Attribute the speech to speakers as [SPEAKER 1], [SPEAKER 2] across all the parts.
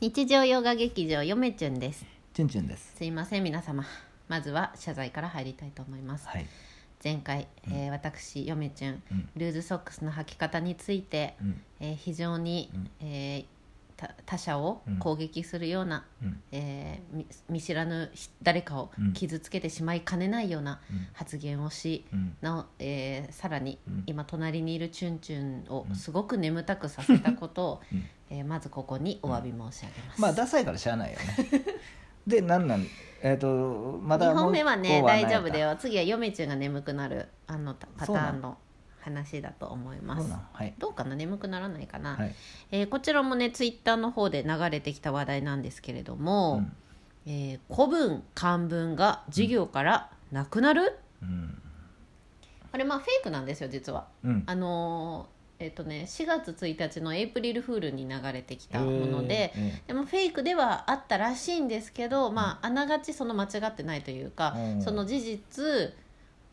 [SPEAKER 1] 日常洋画劇場よめちゅんです
[SPEAKER 2] チュンチュンです。
[SPEAKER 1] すいません皆様まずは謝罪から入りたいと思います、
[SPEAKER 2] はい。
[SPEAKER 1] 前回、えー私よめちゅん
[SPEAKER 2] うん。
[SPEAKER 1] ルーズソックスの履き方について、
[SPEAKER 2] うん。
[SPEAKER 1] えー非常に、えーた他者を攻撃するような、
[SPEAKER 2] うん。
[SPEAKER 1] えーみ見知らぬひ誰かを
[SPEAKER 2] うん
[SPEAKER 1] 傷つけてしまいかねないような
[SPEAKER 2] うん
[SPEAKER 1] 発言をし、
[SPEAKER 2] うん。
[SPEAKER 1] なお、えーさらに
[SPEAKER 2] うん
[SPEAKER 1] 今隣にいるチュンチュンを
[SPEAKER 2] うん
[SPEAKER 1] すごく眠たくさせたことを、
[SPEAKER 2] うん
[SPEAKER 1] えーまずここにお詫び申し上げます、
[SPEAKER 2] まあ、ダサいからしゃあないよ ね。で、なんなん、えっ、と、まだ
[SPEAKER 1] 2本目はね
[SPEAKER 2] もう一個
[SPEAKER 1] 大
[SPEAKER 2] ない
[SPEAKER 1] 丈
[SPEAKER 2] か
[SPEAKER 1] 夫だ。よ次は嫁ちゅんが眠くなるあのたパタ
[SPEAKER 2] そうな
[SPEAKER 1] ー
[SPEAKER 2] の
[SPEAKER 1] ンの話だと思いま
[SPEAKER 2] そう
[SPEAKER 1] す
[SPEAKER 2] なのはい。
[SPEAKER 1] どうかな眠くならないかな、
[SPEAKER 2] はい。
[SPEAKER 1] えーこちらもねツイッターの方で流れてきた話題なんですけれども、
[SPEAKER 2] うん
[SPEAKER 1] えー古文漢文が授業からなくなる、
[SPEAKER 2] うん。
[SPEAKER 1] あれまあフェイクなんですよ実は
[SPEAKER 2] うん。
[SPEAKER 1] あのーえっ、とね4月1日のエイプリルフールに流れてきたもので、
[SPEAKER 2] えー、え
[SPEAKER 1] でもフェイクではあったらしいんですけど、まあ、あながちその間違ってないというか、
[SPEAKER 2] うん
[SPEAKER 1] その事実、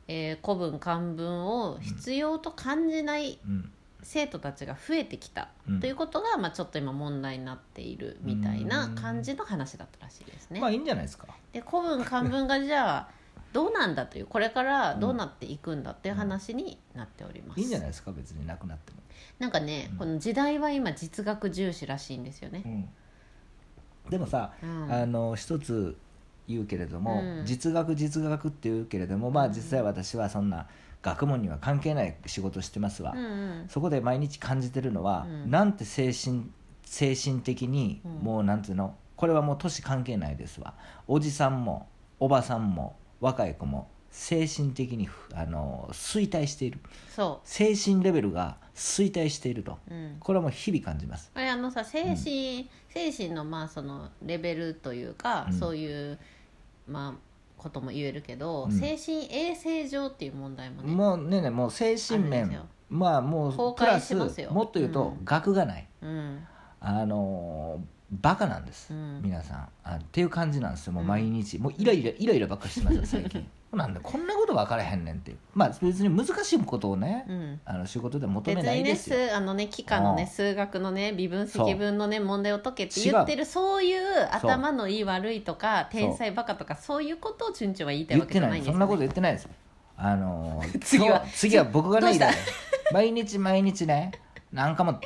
[SPEAKER 1] えー古文漢文を必要と感じない
[SPEAKER 2] ーうん。
[SPEAKER 1] 生徒たちが増えてきた
[SPEAKER 2] うん
[SPEAKER 1] ということが、まあ、ちょっと今問題になっているみたいな感じの話だったらしいですね。
[SPEAKER 2] まあ、いいんじゃないですか。
[SPEAKER 1] で古文漢文がじ ゃあどうなんだというこれからどうなっていくんだっていう話になっております。
[SPEAKER 2] いいんじゃないですか、別になくなっても。
[SPEAKER 1] なんかね、
[SPEAKER 2] うん
[SPEAKER 1] この時代は今実学重視らしいんですよね
[SPEAKER 2] う。ん。でもさ、
[SPEAKER 1] うん
[SPEAKER 2] あの、一つ。言うけれども、
[SPEAKER 1] うん
[SPEAKER 2] 実学実学って言うけれどもまあ実際私はそんな学問には関係ない仕事してますわ、
[SPEAKER 1] うんうん
[SPEAKER 2] そこで毎日感じてるのは、
[SPEAKER 1] うん
[SPEAKER 2] なんて精神精神的に
[SPEAKER 1] うん
[SPEAKER 2] もうなんていうのこれはもう年関係ないですわおじさんもおばさんも若い子も精神的にふあの衰退している
[SPEAKER 1] そ
[SPEAKER 2] 精神レベルが衰退していると
[SPEAKER 1] う、うん、
[SPEAKER 2] これはもう日々感じます
[SPEAKER 1] あれあのさ精神、精神のまあそのレベルというか、
[SPEAKER 2] うん
[SPEAKER 1] そういうまあことも言えるけど、
[SPEAKER 2] うん
[SPEAKER 1] 精神衛生上っていう問題もね、
[SPEAKER 2] もうねえねえもう精神
[SPEAKER 1] あるんです
[SPEAKER 2] 面
[SPEAKER 1] よ
[SPEAKER 2] まあも
[SPEAKER 1] 崩
[SPEAKER 2] う
[SPEAKER 1] 壊
[SPEAKER 2] プラス
[SPEAKER 1] しま
[SPEAKER 2] もっ
[SPEAKER 1] すよ
[SPEAKER 2] と言う
[SPEAKER 1] う
[SPEAKER 2] と
[SPEAKER 1] ん
[SPEAKER 2] 学がない、
[SPEAKER 1] うん
[SPEAKER 2] あのーバカなんで
[SPEAKER 1] う
[SPEAKER 2] す、
[SPEAKER 1] ん
[SPEAKER 2] 皆さんあっていう感じなんですよもう毎日、もうイライライライラばっかりしてますよ最近 なんでこんなこと分からへんねんっていうまあ別に難しいことをね、
[SPEAKER 1] うん、
[SPEAKER 2] あの仕事では求
[SPEAKER 1] 別
[SPEAKER 2] めな
[SPEAKER 1] に
[SPEAKER 2] いで
[SPEAKER 1] ね
[SPEAKER 2] すよ
[SPEAKER 1] 数あのね幾何の
[SPEAKER 2] う
[SPEAKER 1] ね
[SPEAKER 2] ん
[SPEAKER 1] 数学のね微分
[SPEAKER 2] そう
[SPEAKER 1] 積分のね問題を解けって言ってるそういう頭のいい悪いとか
[SPEAKER 2] そう
[SPEAKER 1] 天才バカとかそういうことをチュンチュンは言いたい
[SPEAKER 2] 言
[SPEAKER 1] わ
[SPEAKER 2] っ
[SPEAKER 1] けじ
[SPEAKER 2] て
[SPEAKER 1] ゃ
[SPEAKER 2] な
[SPEAKER 1] な
[SPEAKER 2] い
[SPEAKER 1] いんです
[SPEAKER 2] そ
[SPEAKER 1] よ、ね、
[SPEAKER 2] んなこと言ってないですあのー
[SPEAKER 1] 次は
[SPEAKER 2] 今日次は僕が
[SPEAKER 1] どう
[SPEAKER 2] ね
[SPEAKER 1] し
[SPEAKER 2] イ
[SPEAKER 1] た
[SPEAKER 2] ライラ 毎日毎日ねなんかもう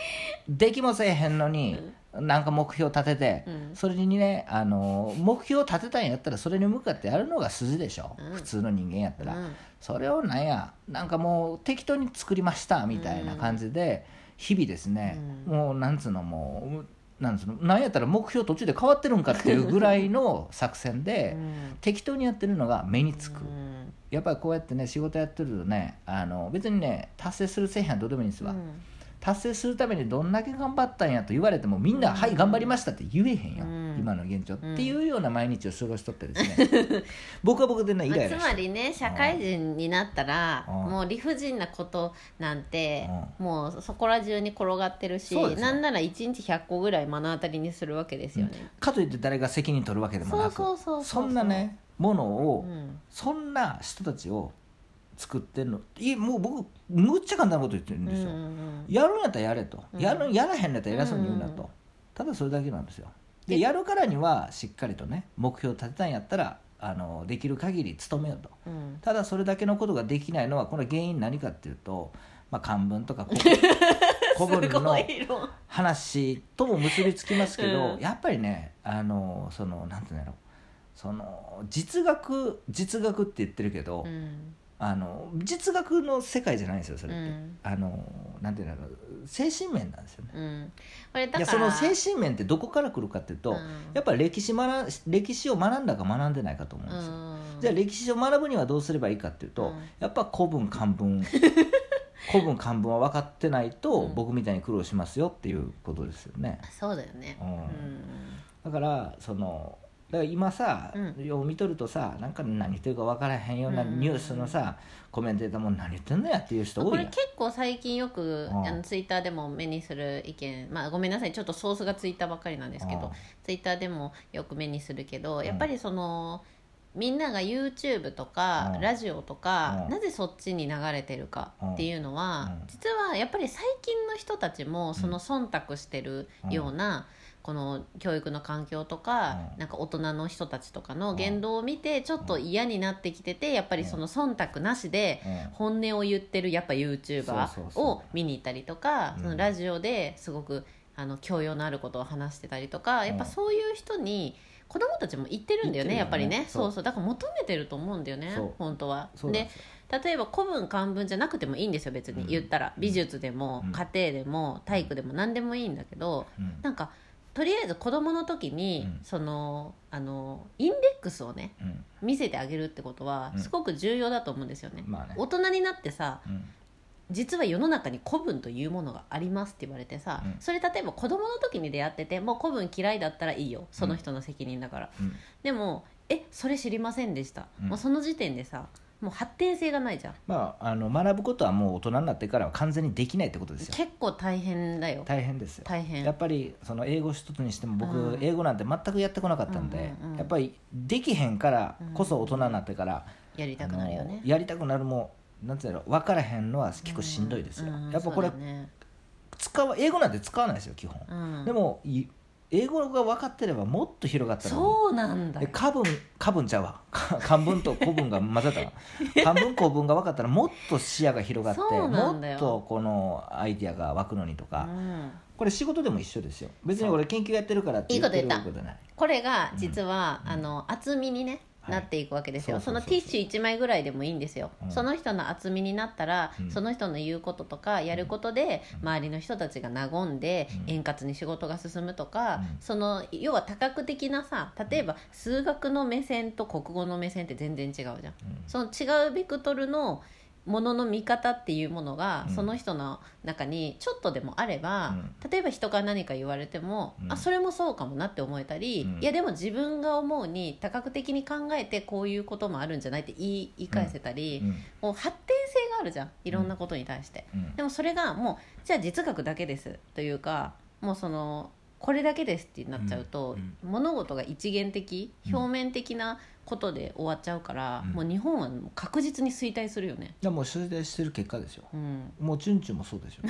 [SPEAKER 2] できもせえへんのに、なんか目標立てて、
[SPEAKER 1] うん
[SPEAKER 2] それにね、あのー目標立てたんやったらそれに向かってやるのが筋でしょ、
[SPEAKER 1] うん
[SPEAKER 2] 普通の人間やったら、
[SPEAKER 1] うん
[SPEAKER 2] それをなんやなんかもう適当に作りましたみたいな感じで、日々ですね、
[SPEAKER 1] う
[SPEAKER 2] もうなんつうのもうなんつうのなんやったら目標途中で変わってるんかっていうぐらいの作戦で、
[SPEAKER 1] うん
[SPEAKER 2] 適当にやってるのが目につく、
[SPEAKER 1] うん
[SPEAKER 2] やっぱりこうやってね仕事やってるとねあの別にね達成する製品はどうでもいいんですわ、
[SPEAKER 1] うん
[SPEAKER 2] 達成するためにどんだけ頑張ったんやと言われてもみんな
[SPEAKER 1] う
[SPEAKER 2] 「
[SPEAKER 1] ん
[SPEAKER 2] はい頑張りました」って言えへんやん、
[SPEAKER 1] うん
[SPEAKER 2] 今の現状、
[SPEAKER 1] うん
[SPEAKER 2] っていうような毎日を過ごしとってですね 僕は僕でねイ
[SPEAKER 1] ま
[SPEAKER 2] ラ
[SPEAKER 1] あ
[SPEAKER 2] イ
[SPEAKER 1] つ
[SPEAKER 2] ラ
[SPEAKER 1] ま
[SPEAKER 2] して
[SPEAKER 1] りね社会人になったら
[SPEAKER 2] うん
[SPEAKER 1] もう理不尽なことなんてもうそこら中に転がってるし
[SPEAKER 2] そうですよ
[SPEAKER 1] なんなら1日100個ぐらい目の当たりにするわけですよね。
[SPEAKER 2] かといって誰が責任取るわけでも
[SPEAKER 1] そ
[SPEAKER 2] な
[SPEAKER 1] う
[SPEAKER 2] く
[SPEAKER 1] そうそうう
[SPEAKER 2] そんなねもの
[SPEAKER 1] う
[SPEAKER 2] を、
[SPEAKER 1] ん
[SPEAKER 2] そんな人たちを作ってるのいもう僕むっちゃ簡単なこと言ってるん
[SPEAKER 1] うんう
[SPEAKER 2] ですよ、
[SPEAKER 1] ん
[SPEAKER 2] やるんやったらやれと、
[SPEAKER 1] うん
[SPEAKER 2] やるやらへんやったら偉そうに言うなと、
[SPEAKER 1] うん
[SPEAKER 2] ただそれだけなんですよ
[SPEAKER 1] え
[SPEAKER 2] でやるからにはしっかりとね目標立てたんやったらあのできる限り努めようと
[SPEAKER 1] うんうん
[SPEAKER 2] ただそれだけのことができないのはこの原因何かっていうと、まあ、漢文とか 古文古
[SPEAKER 1] す
[SPEAKER 2] 文
[SPEAKER 1] ご
[SPEAKER 2] の
[SPEAKER 1] い色
[SPEAKER 2] 話とも結びつきますけど、
[SPEAKER 1] うん
[SPEAKER 2] やっぱりねあのそのなんて言うんだろうその実学実学って言ってるけど、
[SPEAKER 1] うん
[SPEAKER 2] あの実学の世界じゃないんですよそれって、
[SPEAKER 1] うん
[SPEAKER 2] あのなんて言うんだろう精神面なんですよね
[SPEAKER 1] うんこれだ
[SPEAKER 2] い
[SPEAKER 1] か
[SPEAKER 2] や
[SPEAKER 1] ら
[SPEAKER 2] その精神面ってどこから来るかっていう
[SPEAKER 1] う
[SPEAKER 2] と、
[SPEAKER 1] ん
[SPEAKER 2] やっぱり歴史学歴史を学んだか学んでないかと思うんですよ、
[SPEAKER 1] うん
[SPEAKER 2] じゃあ歴史を学ぶにはどうすればいいかっていうと、
[SPEAKER 1] うん
[SPEAKER 2] やっぱ古文漢 文古文漢文は分かってないと、
[SPEAKER 1] うん
[SPEAKER 2] 僕みたいに苦労しますよっていうことですよね
[SPEAKER 1] そうだよね
[SPEAKER 2] うん
[SPEAKER 1] うん
[SPEAKER 2] だからそのだから今さ、
[SPEAKER 1] うん
[SPEAKER 2] 読み取るとさなんか何言ってるか分からへんような
[SPEAKER 1] うん
[SPEAKER 2] ニュースのさ、コメンテーターも何言ってんのやっていう人
[SPEAKER 1] こ
[SPEAKER 2] 多い
[SPEAKER 1] れ
[SPEAKER 2] やん
[SPEAKER 1] 結構最近よく
[SPEAKER 2] うん
[SPEAKER 1] あのツイッターでも目にする意見、まあ、ごめんなさいちょっとソースがツイッターばっかりなんですけ
[SPEAKER 2] うん
[SPEAKER 1] どツイッターでもよく目にするけど
[SPEAKER 2] ん
[SPEAKER 1] やっぱりその、みんなが YouTube とか、
[SPEAKER 2] うん
[SPEAKER 1] ラジオとか、
[SPEAKER 2] うん
[SPEAKER 1] なぜそっちに流れてるかっていうのは、
[SPEAKER 2] うん
[SPEAKER 1] 実はやっぱり最近の人たちもその忖度してるようなこの教育の環境とか,、
[SPEAKER 2] うん
[SPEAKER 1] なんか大人の人たちとかの言動を見てちょっと嫌になってきててやっぱりその忖度なしで
[SPEAKER 2] うん
[SPEAKER 1] 本音を言ってるやっぱ
[SPEAKER 2] そうそう
[SPEAKER 1] YouTuber
[SPEAKER 2] そう
[SPEAKER 1] を見に行ったりとか
[SPEAKER 2] うん
[SPEAKER 1] そのラジオですごくあの教養のあることを話してたりとかやっぱ
[SPEAKER 2] うん
[SPEAKER 1] そういう人に子供たちも行ってるんだよね
[SPEAKER 2] 行
[SPEAKER 1] やっ
[SPEAKER 2] っ
[SPEAKER 1] てぱ
[SPEAKER 2] るよ
[SPEAKER 1] り
[SPEAKER 2] ね
[SPEAKER 1] ね
[SPEAKER 2] そう
[SPEAKER 1] そうそうだから求めてると思うんだよね
[SPEAKER 2] そう
[SPEAKER 1] 本当は。
[SPEAKER 2] そうなん
[SPEAKER 1] で
[SPEAKER 2] ですよ
[SPEAKER 1] 例えば古文漢文じゃなくてもいいんですよ別に、
[SPEAKER 2] うん
[SPEAKER 1] 言ったら美術でも、
[SPEAKER 2] うん
[SPEAKER 1] 家庭でも体育でも何でもいいんだけど、
[SPEAKER 2] うん
[SPEAKER 1] なんかとりあえず子供の時に、
[SPEAKER 2] うん
[SPEAKER 1] そのあのインデックスをね
[SPEAKER 2] うん
[SPEAKER 1] 見せてあげるってことは
[SPEAKER 2] うん
[SPEAKER 1] すごく重要だと思うんですよね、
[SPEAKER 2] まあね
[SPEAKER 1] 大人になってさ
[SPEAKER 2] うん
[SPEAKER 1] 実は世の中に古文というものがありますって言われてさ、
[SPEAKER 2] うん
[SPEAKER 1] それ例えば子供の時に出会っててもう古文嫌いだったらいいよその人の責任だから、
[SPEAKER 2] うん
[SPEAKER 1] でもえそれ知りませんでした、
[SPEAKER 2] うん
[SPEAKER 1] もうその時点でさもう発展性がないじゃん
[SPEAKER 2] まああの学ぶことはもう大人になってからは完全にできないってことですよ
[SPEAKER 1] 結構大変だよ
[SPEAKER 2] 大変ですよ
[SPEAKER 1] 大変
[SPEAKER 2] やっぱりその英語一つにしても僕、
[SPEAKER 1] うん
[SPEAKER 2] 英語なんて全くやってこなかったんで、
[SPEAKER 1] うんうんうん
[SPEAKER 2] やっぱりできへんからこそ大人になってから、
[SPEAKER 1] やりたくなるよ
[SPEAKER 2] あ
[SPEAKER 1] ね
[SPEAKER 2] のやりたくなるもなんていうの分からへんのは結構しんどいですよ、やっぱこれ、
[SPEAKER 1] うんそうだね
[SPEAKER 2] 使わ英語なんて使わないですよ基本、
[SPEAKER 1] うん
[SPEAKER 2] でもい英語が分かってればもっと広がったのに
[SPEAKER 1] そうなんだ
[SPEAKER 2] で過分過分ちゃうわ か漢文と古文が混ざった わ漢文古文が分かったらもっと視野が広がって
[SPEAKER 1] そうな
[SPEAKER 2] も
[SPEAKER 1] んだよ
[SPEAKER 2] っとこのアイディアが湧くのにと
[SPEAKER 1] う
[SPEAKER 2] か、
[SPEAKER 1] ん
[SPEAKER 2] これ仕事でも一緒ですよ別に俺研究やってるからって
[SPEAKER 1] いい
[SPEAKER 2] 言
[SPEAKER 1] こ
[SPEAKER 2] っ
[SPEAKER 1] と
[SPEAKER 2] て
[SPEAKER 1] 言っ
[SPEAKER 2] るわ
[SPEAKER 1] た
[SPEAKER 2] けじゃない
[SPEAKER 1] これが実は、
[SPEAKER 2] うん
[SPEAKER 1] あの厚みにね、
[SPEAKER 2] はい
[SPEAKER 1] なっていくわけですよ
[SPEAKER 2] そ
[SPEAKER 1] そう
[SPEAKER 2] そう
[SPEAKER 1] の
[SPEAKER 2] そうそう
[SPEAKER 1] ティッシュ1枚ぐらいでもいいんですよ、
[SPEAKER 2] うん
[SPEAKER 1] その人の厚みになったら、
[SPEAKER 2] うん
[SPEAKER 1] その人の言うこととかやることで、
[SPEAKER 2] うん
[SPEAKER 1] 周りの人たちが和んで、
[SPEAKER 2] うん
[SPEAKER 1] 円滑に仕事が進むとか、
[SPEAKER 2] うん
[SPEAKER 1] その要は多角的なさ例えば数学の目線と国語の目線って全然違うじゃん
[SPEAKER 2] うん
[SPEAKER 1] その違うベクトルのものの見方っていうものが、
[SPEAKER 2] うん
[SPEAKER 1] その人の中にちょっとでもあれば、
[SPEAKER 2] う
[SPEAKER 1] 例えば人から何か言われても、
[SPEAKER 2] うん
[SPEAKER 1] あそれもそうかもなって思えたり、
[SPEAKER 2] うん
[SPEAKER 1] いやでも自分が思うに多角的に考えてこういうこともあるんじゃないって言い言い返せたり、
[SPEAKER 2] うん
[SPEAKER 1] もう発展性があるじゃんいろんなことに対して。
[SPEAKER 2] うん
[SPEAKER 1] でもそれがもうじゃあ実学だけですというかもうそのこれだけですってなっちゃうと、
[SPEAKER 2] うん
[SPEAKER 1] 物事が一元的
[SPEAKER 2] うん
[SPEAKER 1] 表面的なことで終わっちゃうから、
[SPEAKER 2] うん
[SPEAKER 1] もう日本はもう確実に衰退するよね。
[SPEAKER 2] でもう取材してる結果ですよ
[SPEAKER 1] うん、
[SPEAKER 2] もうチュンチュンもそう でしょ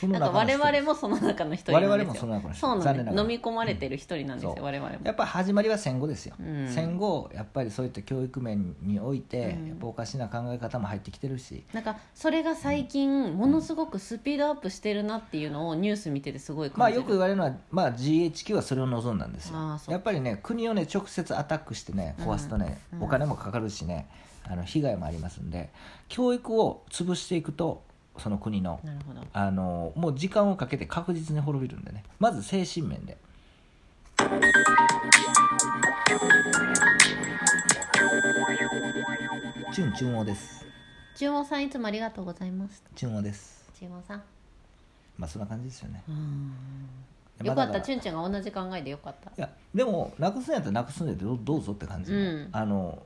[SPEAKER 2] そ
[SPEAKER 1] なんか
[SPEAKER 2] 中の一
[SPEAKER 1] 我
[SPEAKER 2] 人
[SPEAKER 1] 々もその中の一人
[SPEAKER 2] 我
[SPEAKER 1] な
[SPEAKER 2] 々
[SPEAKER 1] んで
[SPEAKER 2] も
[SPEAKER 1] す
[SPEAKER 2] そ
[SPEAKER 1] よ。
[SPEAKER 2] の中の一人
[SPEAKER 1] そうなん
[SPEAKER 2] 残
[SPEAKER 1] で
[SPEAKER 2] 念
[SPEAKER 1] す
[SPEAKER 2] がら
[SPEAKER 1] 飲み込まれてる一人なんですよ、
[SPEAKER 2] そう
[SPEAKER 1] 我々も
[SPEAKER 2] やっぱ始まりは戦後ですよ、
[SPEAKER 1] うん
[SPEAKER 2] 戦後やっぱりそういった教育面において、
[SPEAKER 1] うん
[SPEAKER 2] やっぱおかしな考え方も入ってきてるし
[SPEAKER 1] なんかそれが最近ものすごくスピードアップしてるなっていうのをニュース見ててすごい
[SPEAKER 2] まあ
[SPEAKER 1] 感じる、
[SPEAKER 2] よく言われるのは、まあ、GHQ はそれを望んだんですよ
[SPEAKER 1] ああそう
[SPEAKER 2] やっぱりね国をね直接アタックしてね壊すとね、
[SPEAKER 1] うんうん
[SPEAKER 2] お金もかかるしねあの被害もありますんで教育を潰していくとその国の
[SPEAKER 1] なるほど
[SPEAKER 2] あのもう時間をかけて確実に滅びるんでねまず精神面でチュンチュン王です
[SPEAKER 1] 注文さんいつもありがとうございます
[SPEAKER 2] チュン王です
[SPEAKER 1] 注文さん
[SPEAKER 2] まあそんな感じですよね
[SPEAKER 1] うん
[SPEAKER 2] ま
[SPEAKER 1] よ
[SPEAKER 2] あ
[SPEAKER 1] か
[SPEAKER 2] だ
[SPEAKER 1] った
[SPEAKER 2] ら
[SPEAKER 1] チュンチュンが同じ考えでよかった
[SPEAKER 2] いやでもなくすんやったらなくすんでどうどうぞって感じの、
[SPEAKER 1] うん
[SPEAKER 2] あの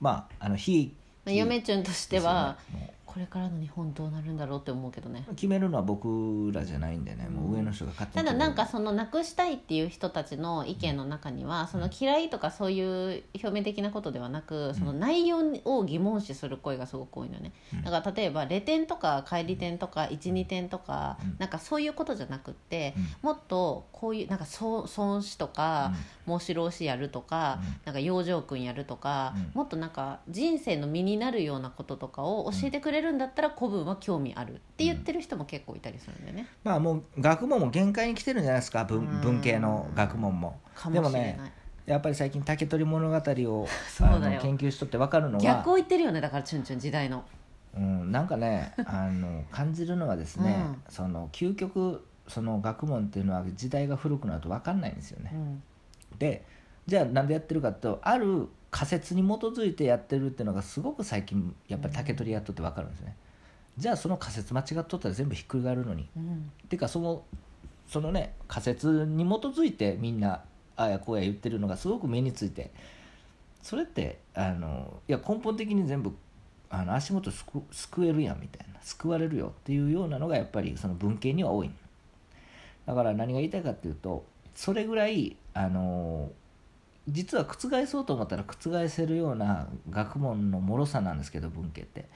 [SPEAKER 2] まああの非
[SPEAKER 1] まあ嫁チュンとして
[SPEAKER 2] ですよね
[SPEAKER 1] は、これからの日本どうなるんだろうって思うけどね
[SPEAKER 2] もう決めるのは僕らじゃないんでねもう上の人が勝手
[SPEAKER 1] た
[SPEAKER 2] に
[SPEAKER 1] だ
[SPEAKER 2] 決め
[SPEAKER 1] な
[SPEAKER 2] る
[SPEAKER 1] んかそのなくしたいっていう人たちの意見の中にはその嫌いとかそういう表面的なことではなくその内容を疑問視する声がすごく多いのね
[SPEAKER 2] うん
[SPEAKER 1] だから例えば0点とか乖離点とか12点とか
[SPEAKER 2] うん
[SPEAKER 1] なんかそういうことじゃなくって
[SPEAKER 2] うん
[SPEAKER 1] もっとこういうなんかそう損失とか孟子老師やるとか
[SPEAKER 2] うん
[SPEAKER 1] なんか養生君やるとか
[SPEAKER 2] うん
[SPEAKER 1] もっとなんか人生の身になるようなこととかを教えてくれるんだったら古文は興味あるって言ってる人も結構いたりするんだよね。
[SPEAKER 2] まあもう学問も限界に来てるんじゃないですか
[SPEAKER 1] うん
[SPEAKER 2] 文文系の学問も
[SPEAKER 1] かもしれない
[SPEAKER 2] でもねやっぱり最近竹取物語を
[SPEAKER 1] そうだよ
[SPEAKER 2] あの研究しとって分かるのは
[SPEAKER 1] 逆を言ってるよねだからチュンチュン時代の
[SPEAKER 2] うん、なんか ねあの感じるのはですね、
[SPEAKER 1] うん
[SPEAKER 2] その究極その学問っていうのは時代が古くなると分かんないんですよね
[SPEAKER 1] う、ん
[SPEAKER 2] でじゃあなんでやってるかとある仮説に基づいてやってるっていうのがすごく最近やっぱり竹取りやっとって分かるんですね、じゃあその仮説間違っとったら全部ひっくり返るのに
[SPEAKER 1] うん
[SPEAKER 2] てかそのそのね仮説に基づいてみんなああやこうや言ってるのがすごく目についてそれってあのいや根本的に全部あの足元すく救えるやんみたいな救われるよっていうようなのがやっぱりその文系には多いだから何が言いたいかっていうとそれぐらいあの実は覆そうと思ったら覆せるような学問の脆さなんですけど文系って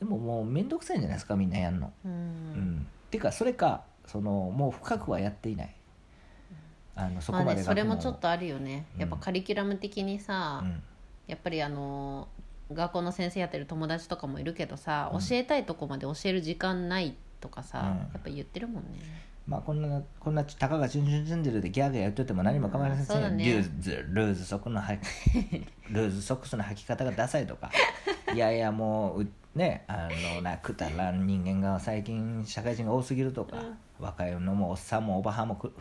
[SPEAKER 2] でももう面倒くさいんじゃないですかみんなやんの
[SPEAKER 1] う
[SPEAKER 2] うんん、てかそれかそのもう深くはやっていないあのそ
[SPEAKER 1] ま
[SPEAKER 2] こ
[SPEAKER 1] あ
[SPEAKER 2] ま
[SPEAKER 1] ね
[SPEAKER 2] で
[SPEAKER 1] それ
[SPEAKER 2] 学問
[SPEAKER 1] も
[SPEAKER 2] を
[SPEAKER 1] ちょっとあるよね
[SPEAKER 2] うん
[SPEAKER 1] やっぱカリキュラム的にさ、
[SPEAKER 2] うん
[SPEAKER 1] やっぱりあの学校の先生やってる友達とかもいるけどさ、
[SPEAKER 2] うん
[SPEAKER 1] 教えたいとこまで教える時間ないとかさ、
[SPEAKER 2] うん
[SPEAKER 1] やっぱ言ってるもんね
[SPEAKER 2] まあこんなこんなたかがチュンチュンチュンデルでギャーギャーやってても何も構いません
[SPEAKER 1] そうだね
[SPEAKER 2] ルーズルーズソックの履きルーズソックスの履き方がダサいとかいやいやもううねあのなくだらん人間が最近社会人が多すぎるとか、若いのもおっさんもおばはんもく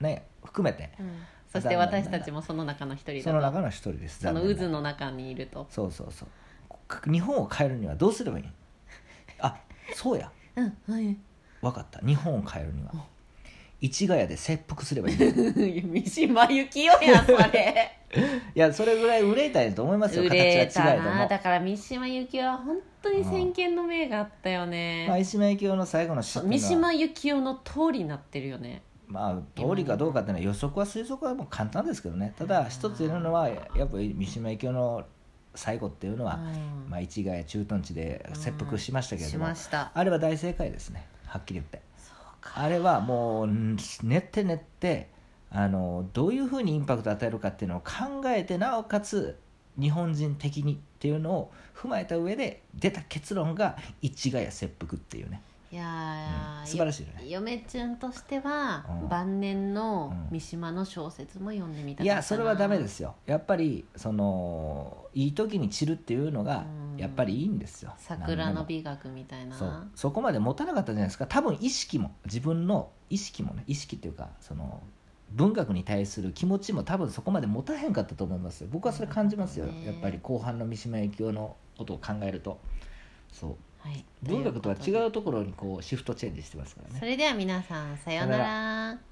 [SPEAKER 2] ね含めて
[SPEAKER 1] うんそして私たちもその中の一人
[SPEAKER 2] その
[SPEAKER 1] だと
[SPEAKER 2] 中の一人です
[SPEAKER 1] その
[SPEAKER 2] 残念な
[SPEAKER 1] 渦の中にいると
[SPEAKER 2] そうそうそうか日本を変えるにはどうすればいいあそうや
[SPEAKER 1] うんはい
[SPEAKER 2] 分かった日本を変えるには市ヶ谷で切腹すればいいんだ
[SPEAKER 1] 三島由紀夫やんそれ
[SPEAKER 2] いやそれぐらい憂いたいと思 いますよ
[SPEAKER 1] 売れ
[SPEAKER 2] 形は
[SPEAKER 1] た
[SPEAKER 2] 違えど
[SPEAKER 1] な
[SPEAKER 2] も
[SPEAKER 1] だから三島由紀夫は本当に先見の明があったよ
[SPEAKER 2] まあ
[SPEAKER 1] ね、
[SPEAKER 2] 三島由紀夫の最後の詩って
[SPEAKER 1] 三
[SPEAKER 2] いうの
[SPEAKER 1] 島
[SPEAKER 2] は
[SPEAKER 1] 由紀夫の通りになってるよね
[SPEAKER 2] まあ通りかどうかっていうのは予測は推測はもう簡単ですけどねただ一つ言えるのはやっぱり三島由紀夫の最後っていうのは、
[SPEAKER 1] うん
[SPEAKER 2] まあ、市ヶ谷駐屯地で切腹しましたけれ
[SPEAKER 1] し
[SPEAKER 2] ども、
[SPEAKER 1] ました
[SPEAKER 2] あれは大正解ですねはっきり言って
[SPEAKER 1] そうか
[SPEAKER 2] あれはもうん練って練ってあのどういうふうにインパクトを与えるかっていうのを考えてなおかつ日本人的にっていうのを踏まえた上で出た結論が市ヶ谷切腹っていうね、
[SPEAKER 1] いや
[SPEAKER 2] うん
[SPEAKER 1] ー
[SPEAKER 2] 素晴らしいよね
[SPEAKER 1] 嫁ちゃんとしては、
[SPEAKER 2] うん
[SPEAKER 1] 晩年の
[SPEAKER 2] うん
[SPEAKER 1] 三島の小説も読んでみたか
[SPEAKER 2] い
[SPEAKER 1] ったな
[SPEAKER 2] やそれはダメですよやっぱりそのいい時に散るっていうのが
[SPEAKER 1] うん
[SPEAKER 2] やっぱりいいんですよ
[SPEAKER 1] 桜の
[SPEAKER 2] 何でも
[SPEAKER 1] 美学みたいな
[SPEAKER 2] そうそこまで持たなかったじゃないですか多分意識も自分の意識もね意識っていうかその文学に対する気持ちも多分そこまで持たへんかったと思いますよ僕はそれ感じますよ、
[SPEAKER 1] うん
[SPEAKER 2] やっぱり後半の三島由紀夫のことを考えるとそう
[SPEAKER 1] はい
[SPEAKER 2] 文学とは
[SPEAKER 1] いう
[SPEAKER 2] 違
[SPEAKER 1] こ
[SPEAKER 2] うところにこうシフトチェンジしてますから
[SPEAKER 1] でそ
[SPEAKER 2] ね
[SPEAKER 1] れでは皆さんさような
[SPEAKER 2] さよう
[SPEAKER 1] ら